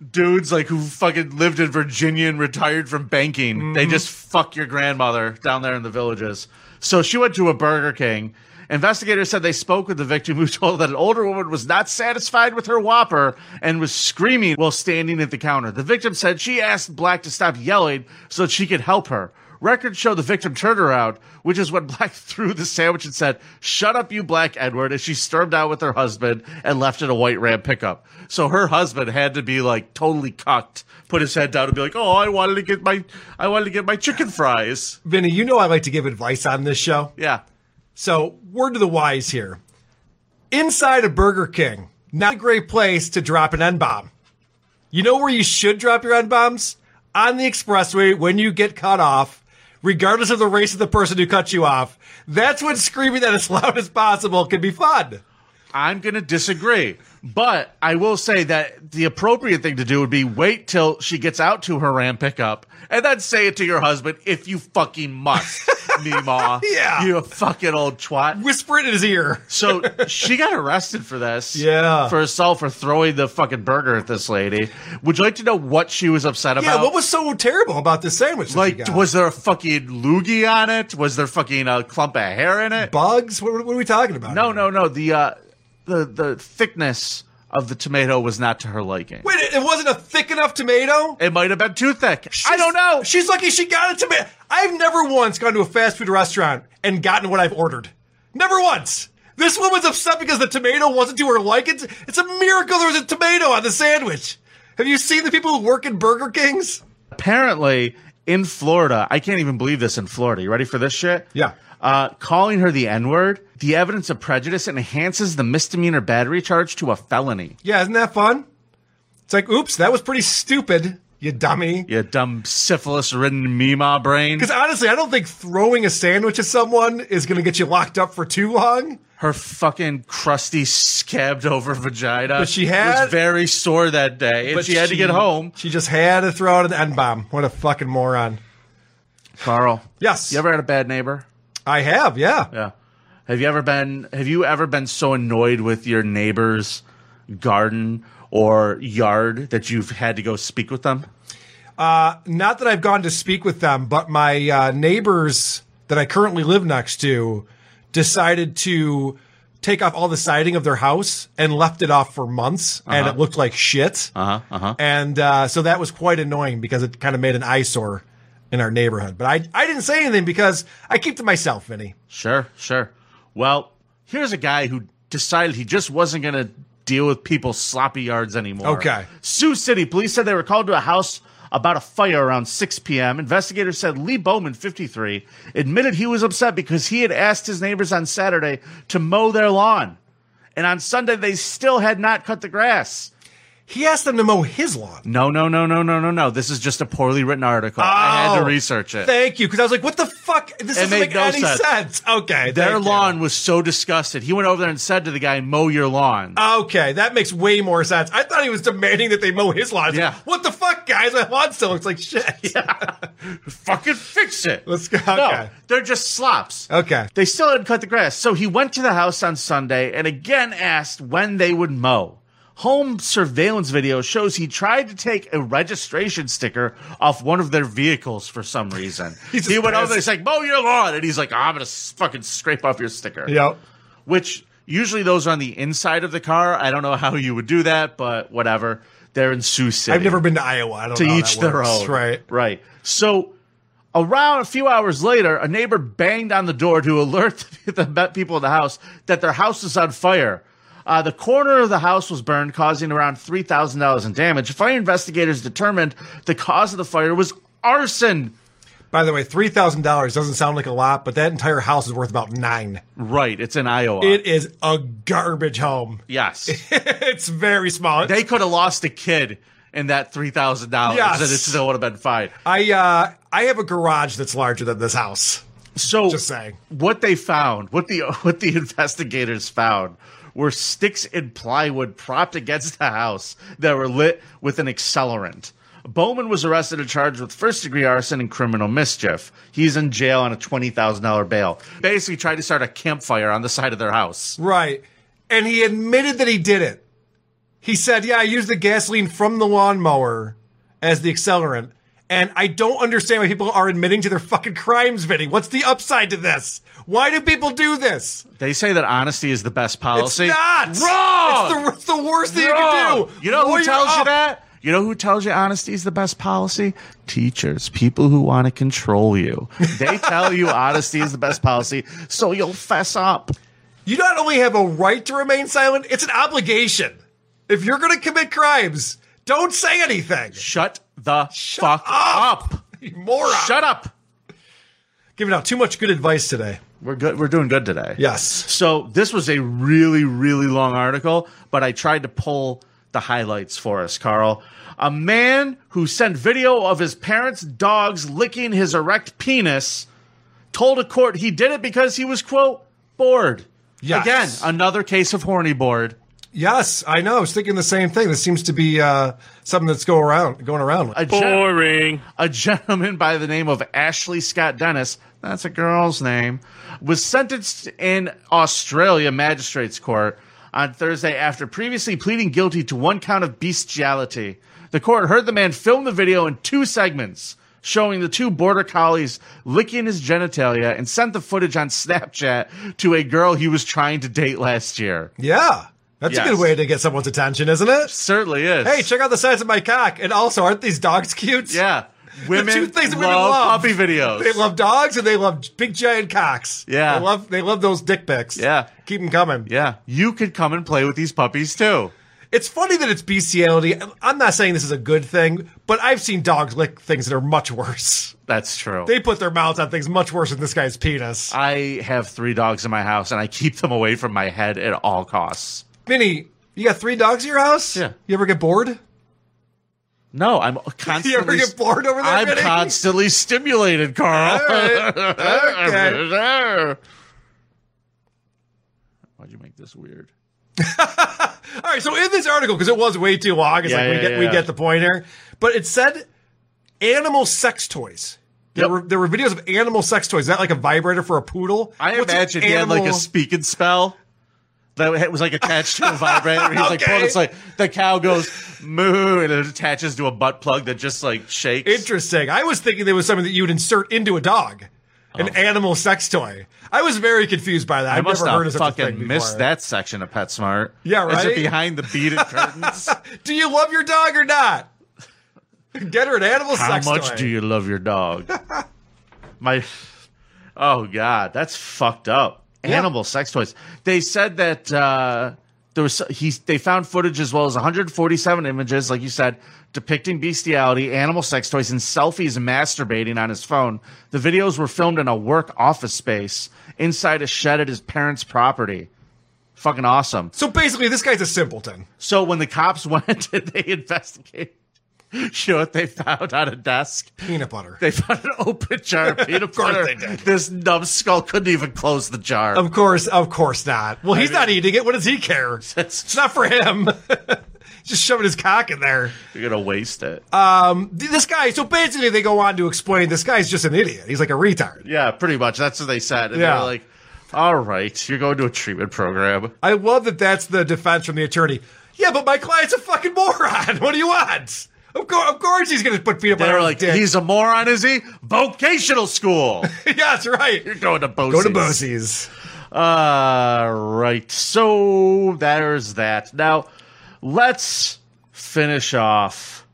dudes like who fucking lived in Virginia and retired from banking. They just fuck your grandmother down there in the villages. So she went to a Burger King. Investigators said they spoke with the victim who told that an older woman was not satisfied with her Whopper and was screaming while standing at the counter. The victim said she asked Black to stop yelling so that she could help her. Records show the victim turned her out, which is when Black threw the sandwich and said, Shut up, you Black Edward, as she stormed out with her husband and left in a white Ram pickup. So her husband had to be like totally cucked, put his head down and be like, Oh, I wanted to get my I wanted to get my chicken fries. Vinny, you know I like to give advice on this show. Yeah. So, word to the wise here. Inside a Burger King, not a great place to drop an N bomb. You know where you should drop your N bombs? On the expressway when you get cut off, regardless of the race of the person who cut you off. That's when screaming that as loud as possible can be fun. I'm going to disagree. But I will say that the appropriate thing to do would be wait till she gets out to her Ram pickup and then say it to your husband if you fucking must, Meemaw. Yeah. You fucking old twat. Whisper it in his ear. so she got arrested for this. Yeah. For assault for throwing the fucking burger at this lady. Would you like to know what she was upset about? Yeah, what was so terrible about this sandwich? that you like, got? was there a fucking loogie on it? Was there fucking a clump of hair in it? Bugs? What, what are we talking about? No, no, no. The uh, the the thickness of the tomato was not to her liking. Wait, it it wasn't a thick enough tomato? It might have been too thick. I don't know. She's lucky she got a tomato. I've never once gone to a fast food restaurant and gotten what I've ordered. Never once. This woman's upset because the tomato wasn't to her liking. It's, it's a miracle there was a tomato on the sandwich. Have you seen the people who work in Burger Kings? Apparently, in Florida, I can't even believe this in Florida. You ready for this shit? Yeah. Uh, calling her the N word, the evidence of prejudice enhances the misdemeanor battery charge to a felony. Yeah, isn't that fun? It's like, oops, that was pretty stupid, you dummy. You dumb syphilis ridden Mima brain. Because honestly, I don't think throwing a sandwich at someone is going to get you locked up for too long. Her fucking crusty, scabbed over vagina. But she had- was very sore that day, and she had to get home. She just had to throw out an N bomb. What a fucking moron. Carl. Yes. You ever had a bad neighbor? I have, yeah. Yeah. Have you ever been have you ever been so annoyed with your neighbor's garden or yard that you've had to go speak with them? Uh, not that I've gone to speak with them, but my uh, neighbors that I currently live next to decided to take off all the siding of their house and left it off for months, and Uh-huh. it looked like shit. Uh-huh. Uh-huh. And uh, so that was quite annoying because it kind of made an eyesore in our neighborhood. But I, I didn't say anything because I keep to myself, Vinny. Sure, sure. Well, here's a guy who decided he just wasn't going to deal with people's sloppy yards anymore. Okay. Sioux City police said they were called to a house about a fire around 6 p.m. Investigators said Lee Bowman, 53, admitted he was upset because he had asked his neighbors on Saturday to mow their lawn. And on Sunday, they still had not cut the grass. He asked them to mow his lawn. No, no, no, no, no, no, no. This is just a poorly written article. I had to Oh, research it. Thank you, because I was like, what the fuck? This It doesn't made make no any sense. sense. Okay. Their thank you. lawn was so disgusted. He went over there and said to the guy, mow your lawn. Okay, that makes way more sense. I thought he was demanding that they mow his lawn. It's like, Yeah. what the fuck, guys? My lawn still looks like shit. fucking fix it. Let's go. No, Okay. Uh, they're just slops. Okay. They still hadn't cut the grass. So he went to the house on Sunday and again asked when they would mow. Home surveillance video shows he tried to take a registration sticker off one of their vehicles for some reason. he just went over pissed. there, he's like, mow your lawn. And he's like, "Ah, I'm going to fucking scrape off your sticker. Yep. Which usually those are on the inside of the car. I don't know how you would do that, but whatever. They're in Sioux City I've never been to Iowa. I don't to know. how each that their works. own. Right. Right. So around a few hours later, a neighbor banged on the door to alert the met people in the house that their house is on fire. Uh, the corner of the house was burned, causing around $3,000 in damage. Fire investigators determined the cause of the fire was arson. By the way, $3,000 doesn't sound like a lot, but that entire house is worth about nine. Right. It's in Iowa. It is a garbage home. yes. it's very small. they could have lost a kid in that $3,000 Yes. and it still would have been fine. I uh, I have a garage that's larger than this house. So Just saying. what they found, what the what the investigators found, were sticks and plywood propped against the house that were lit with an accelerant. Bowman was arrested and charged with first degree arson and criminal mischief. He's in jail on a twenty thousand dollar bail. Basically, tried to start a campfire on the side of their house. Right. And he admitted that he did it. He said, "Yeah, I used the gasoline from the lawnmower as the accelerant." And I don't understand why people are admitting to their fucking crimes, Vinny. What's the upside to this? Why do people do this? They say that honesty is the best policy. It's not Wrong! It's the, it's the worst thing you Wrong! can do. You know who Lawyer tells you up. that? You know who tells you honesty is the best policy? Teachers, people who want to control you. They tell you honesty is the best policy, so you'll fess up. You not only have a right to remain silent, it's an obligation. If you're going to commit crimes, don't say anything. Shut the fuck up. You moron. Shut up. Giving out too much good advice today. We're good. We're doing good today. Yes. So this was a really, really long article, but I tried to pull the highlights for us, Carl. A man who sent video of his parents' dogs licking his erect penis told a court he did it because he was quote bored. Yes. Again, another case of horny bored. Yes, I know. I was thinking the same thing. This seems to be uh, something that's go around, going around. A gen- a gentleman by the name of Ashley Scott Dennis, that's a girl's name, was sentenced in Australia Magistrates Court on Thursday after previously pleading guilty to one count of bestiality. The court heard the man film the video in two segments showing the two border collies licking his genitalia and sent the footage on Snapchat to a girl he was trying to date last year. yeah, that's Yes. a good way to get someone's attention, isn't it? Certainly is. Hey, check out the size of my cock. And also, aren't these dogs cute? Yeah. Women the two things that women love love puppy videos. They love dogs and they love big giant cocks. Yeah. they love they love those dick pics. Yeah. Keep them coming. Yeah. You could come and play with these puppies too. It's funny that it's bestiality. I'm not saying this is a good thing, but I've seen dogs lick things that are much worse. That's true. They put their mouths on things much worse than this guy's penis. I have three dogs in my house and I keep them away from my head at all costs. Vinny, you got three dogs at your house? Yeah. You ever get bored? No, I'm constantly. You ever get bored over there, I'm Vinny? constantly stimulated, Carl. All right. Why'd you make this weird? All right, so in this article, because it was way too long, it's Yeah, like we yeah, get yeah, we yeah. get the point here. But it said animal sex toys. There were there were videos of animal sex toys. Is that like a vibrator for a poodle? I What's an imagine he had like a animal- speak and spell that it was like attached to a vibrator. He's like, Okay. pulled, it's like the cow goes moo and it attaches to a butt plug that just like shakes. Interesting. I was thinking there was something that you would insert into a dog, an animal sex toy. I was very confused by that. Oh. I I've must never have heard of such a thing fucking missed before. that section of PetSmart. Yeah, Is it right? behind the beaded curtains? Do you love your dog or not? Get her an animal How sex much toy. do you love your dog? My, oh god, that's fucked up. Animal sex toys. They said that uh, there was he. They found footage as well as 147 images, like you said, depicting bestiality, animal sex toys, and selfies masturbating on his phone. The videos were filmed in a work office space inside a shed at his parents' property. Fucking awesome. So basically, this guy's a simpleton. So when the cops went and they investigated, you know what they found on a desk? Peanut butter. They found an open jar of peanut butter. This numbskull couldn't even close the jar. Of course, of course not. Well, I he's mean- not eating it. What does he care? It's not for him. Just shoving his cock in there. You're gonna waste it. Um, th- this guy. So basically, they go on to explain this guy's just an idiot. He's like a retard. Yeah, pretty much. That's what they said. And they Yeah. were like, all right, you're going to a treatment program. I love that. That's the defense from the attorney. Yeah, but my client's a fucking moron. What do you want? Of course, of course, he's gonna put peanut They butter. were on his like, dick. he's a moron, is he? Vocational school. yeah, that's right. You're going to Bosie's. Go to Bosie's. All right. So there's that. Now, let's finish off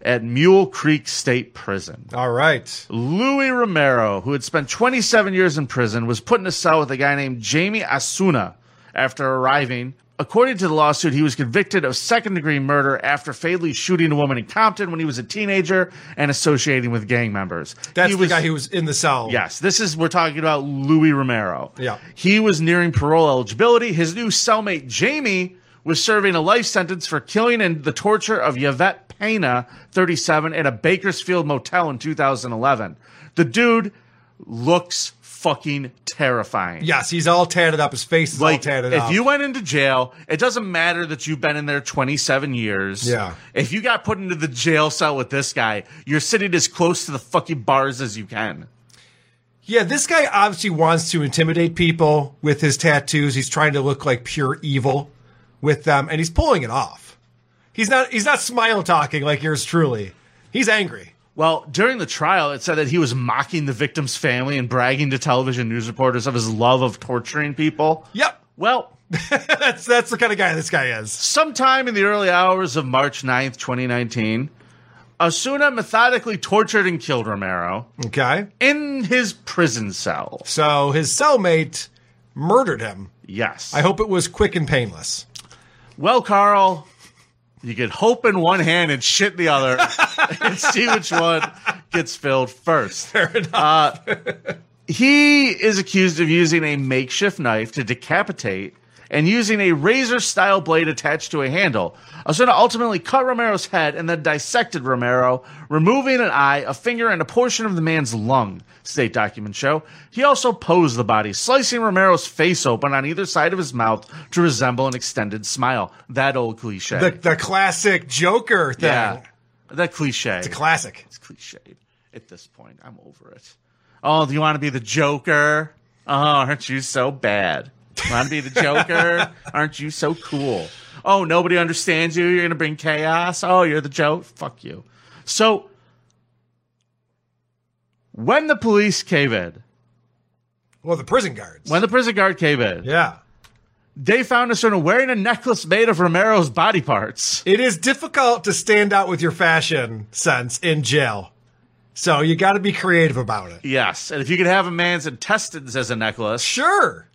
at Mule Creek State Prison. All right. Louis Romero, who had spent 27 years in prison, was put in a cell with a guy named Jamie Asuna after arriving. According to the lawsuit, he was convicted of second degree murder after fatally shooting a woman in Compton when he was a teenager and associating with gang members. That's he the guy who was in the cell. Yes, this is we're talking about Louis Romero. Yeah. He was nearing parole eligibility. His new cellmate Jamie was serving a life sentence for killing and the torture of Yvette Pena, 37, at a Bakersfield motel in 2011. The dude looks fucking terrifying. Yes, he's all tatted up. His face is all tatted if up. you went into jail, it doesn't matter that you've been in there 27 years. Yeah. If you got put into the jail cell with this guy, you're sitting as close to the fucking bars as you can. Yeah, this guy obviously wants to intimidate people with his tattoos. He's trying to look like pure evil with them, and he's pulling it off. He's not. He's not smile talking like yours truly. He's angry. Well, during the trial, it said that he was mocking the victim's family and bragging to television news reporters of his love of torturing people. Yep. Well, that's that's the kind of guy this guy is. Sometime in the early hours of March 9th, 2019, Osuna methodically tortured and killed Romero. Okay. In his prison cell. So his cellmate murdered him. Yes. I hope it was quick and painless. Well, Carl, you could hope in one hand and shit in the other and see which one gets filled first. Fair enough. Uh, he is accused of using a makeshift knife to decapitate and using a razor style blade attached to a handle. Osuna ultimately cut Romero's head and then dissected Romero, removing an eye, a finger, and a portion of the man's lung, state documents show. He also posed the body, slicing Romero's face open on either side of his mouth to resemble an extended smile. That old cliche. The the classic Joker thing. yeah. That cliche. It's a classic. It's cliched at this point. I'm over it. Oh, do you want to be the Joker? Oh, aren't you so bad? Want to be the Joker? aren't you so cool? Oh, nobody understands you. You're going to bring chaos. Oh, you're the joke. Fuck you. So, when the police came in, Well, the prison guards. when the prison guard came in, yeah, they found us wearing a necklace made of Romero's body parts. It is difficult to stand out with your fashion sense in jail, so you got to be creative about it. Yes, and if you could have a man's intestines as a necklace, sure,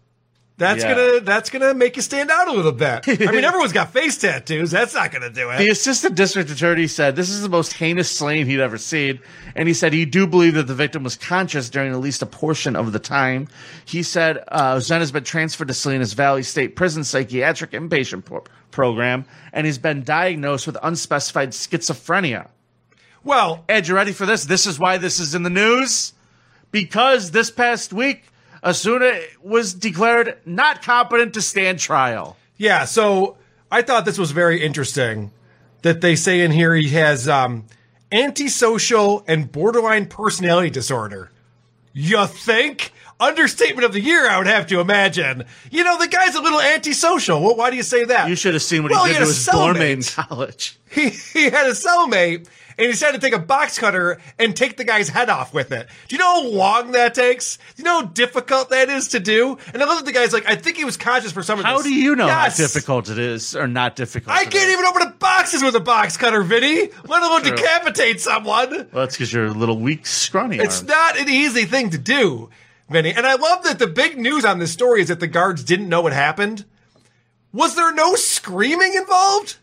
That's Yeah. gonna that's gonna make you stand out a little bit. I mean, everyone's got face tattoos. That's not gonna do The it. assistant district attorney said this is the most heinous slaying he'd ever seen, and he said he do believe that the victim was conscious during at least a portion of the time. He said uh, Zen has been transferred to Salinas Valley State Prison psychiatric inpatient pro- program, and he's been diagnosed with unspecified schizophrenia. Well, Ed, you ready for this? This is why this is in the news because this past week, Asuna was declared not competent to stand trial. Yeah. So I thought this was very interesting that they say in here he has um, antisocial and borderline personality disorder. You think? Understatement of the year, I would have to imagine. You know, the guy's a little antisocial. Well, why do you say that? You should have seen what he did to his doormate in college. he, he had a cellmate and he decided to take a box cutter and take the guy's head off with it. Do you know how long that takes? Do you know how difficult that is to do? And I love that the guy's like, I think he was conscious for some of How this. do you know Yes. how difficult it is or not difficult? I can't even open up boxes with a box cutter, Vinny, let alone True. decapitate someone. Well, that's because you're a little weak, scrawny. It's arms. not an easy thing to do, Vinny. And I love that the big news on this story is that the guards didn't know what happened. Was there no screaming involved?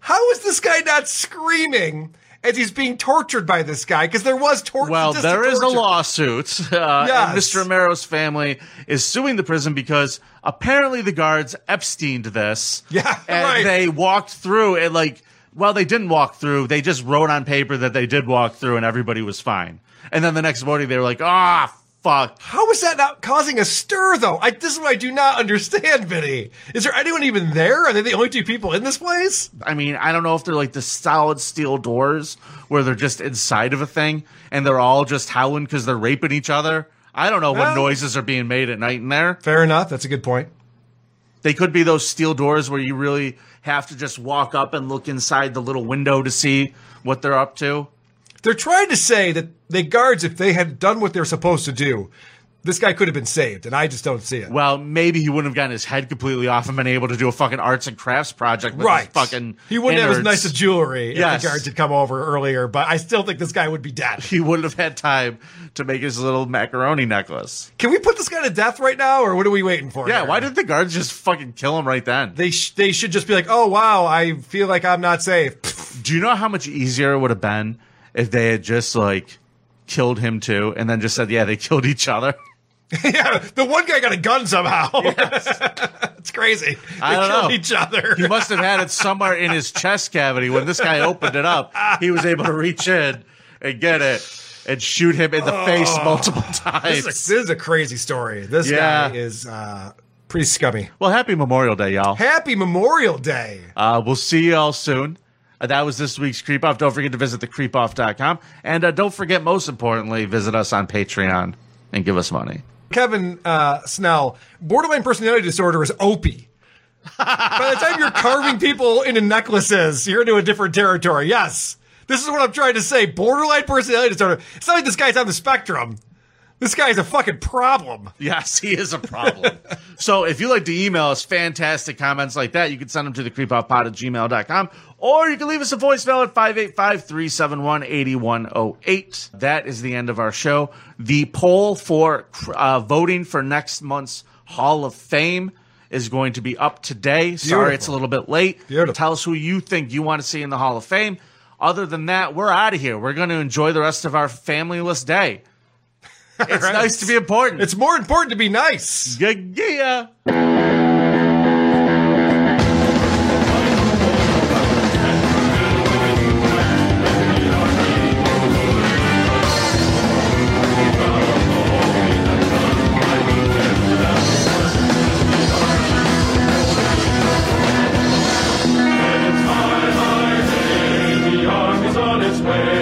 How is this guy not screaming as he's being tortured by this guy? Because there was torture. Well, sadistic there is a torture. lawsuit. Uh, Yes. and Mr. Romero's family is suing the prison because apparently the guards Epsteined this. Yeah, and right. they walked through and like, well, they didn't walk through. They just wrote on paper that they did walk through, and everybody was fine. And then the next morning they were like, ah, fuck. How is that not causing a stir, though? I, this is what I do not understand, Vinny. Is there anyone even there? Are they the only two people in this place? I mean, I don't know if they're like the solid steel doors where they're just inside of a thing and they're all just howling because they're raping each other. I don't know Well- what noises are being made at night in there. Fair enough. That's a good point. They could be those steel doors where you really have to just walk up and look inside the little window to see what they're up to. They're trying to say that the guards, if they had done what they're supposed to do, this guy could have been saved, and I just don't see it. Well, maybe he wouldn't have gotten his head completely off and been able to do a fucking arts and crafts project with Right. his fucking. He wouldn't have as innards. nice as jewelry if Yes. the guards had come over earlier, but I still think this guy would be dead. He wouldn't have had time to make his little macaroni necklace. Can we put this guy to death right now, or what are we waiting for? Yeah, here? why did the guards just fucking kill him right then? they sh- they should just be like, oh wow, I feel like I'm not safe. Do you know how much easier it would have been if they had just like killed him too and then just said, yeah, they killed each other? yeah, the one guy got a gun somehow. it's crazy. They I don't killed know. each other. He must have had it somewhere in his chest cavity. When this guy opened it up, he was able to reach in and get it and shoot him in the face Oh. multiple This times. is, a, this is a crazy story. This Yeah. guy is uh, pretty scummy. well, happy Memorial Day, y'all. Happy Memorial Day. Uh, we'll see y'all soon. Uh, that was this week's Creep Off. Don't forget to visit thecreepoff.com. And uh, don't forget, most importantly, visit us on Patreon and give us money. Kevin uh, Snell, borderline personality disorder is Opie. By the time you're carving people into necklaces, you're into a different territory. Yes. This is what I'm trying to say. Borderline personality disorder. It's not like this guy's on the spectrum. This guy's a fucking problem. Yes, he is a problem. so if you like to email us fantastic comments like that, you can send them to the creepoutpod at gmail.com or you can leave us a voicemail at 585-371-8108. That is the end of our show. The poll for uh, voting for next month's Hall of Fame is going to be up today. Sorry Beautiful. it's a little bit late. Tell us who you think you want to see in the Hall of Fame. Other than that, we're out of here. We're going to enjoy the rest of our familyless day. It's nice to be important. It's more important to be nice. Yeah. yeah. The army's on its way.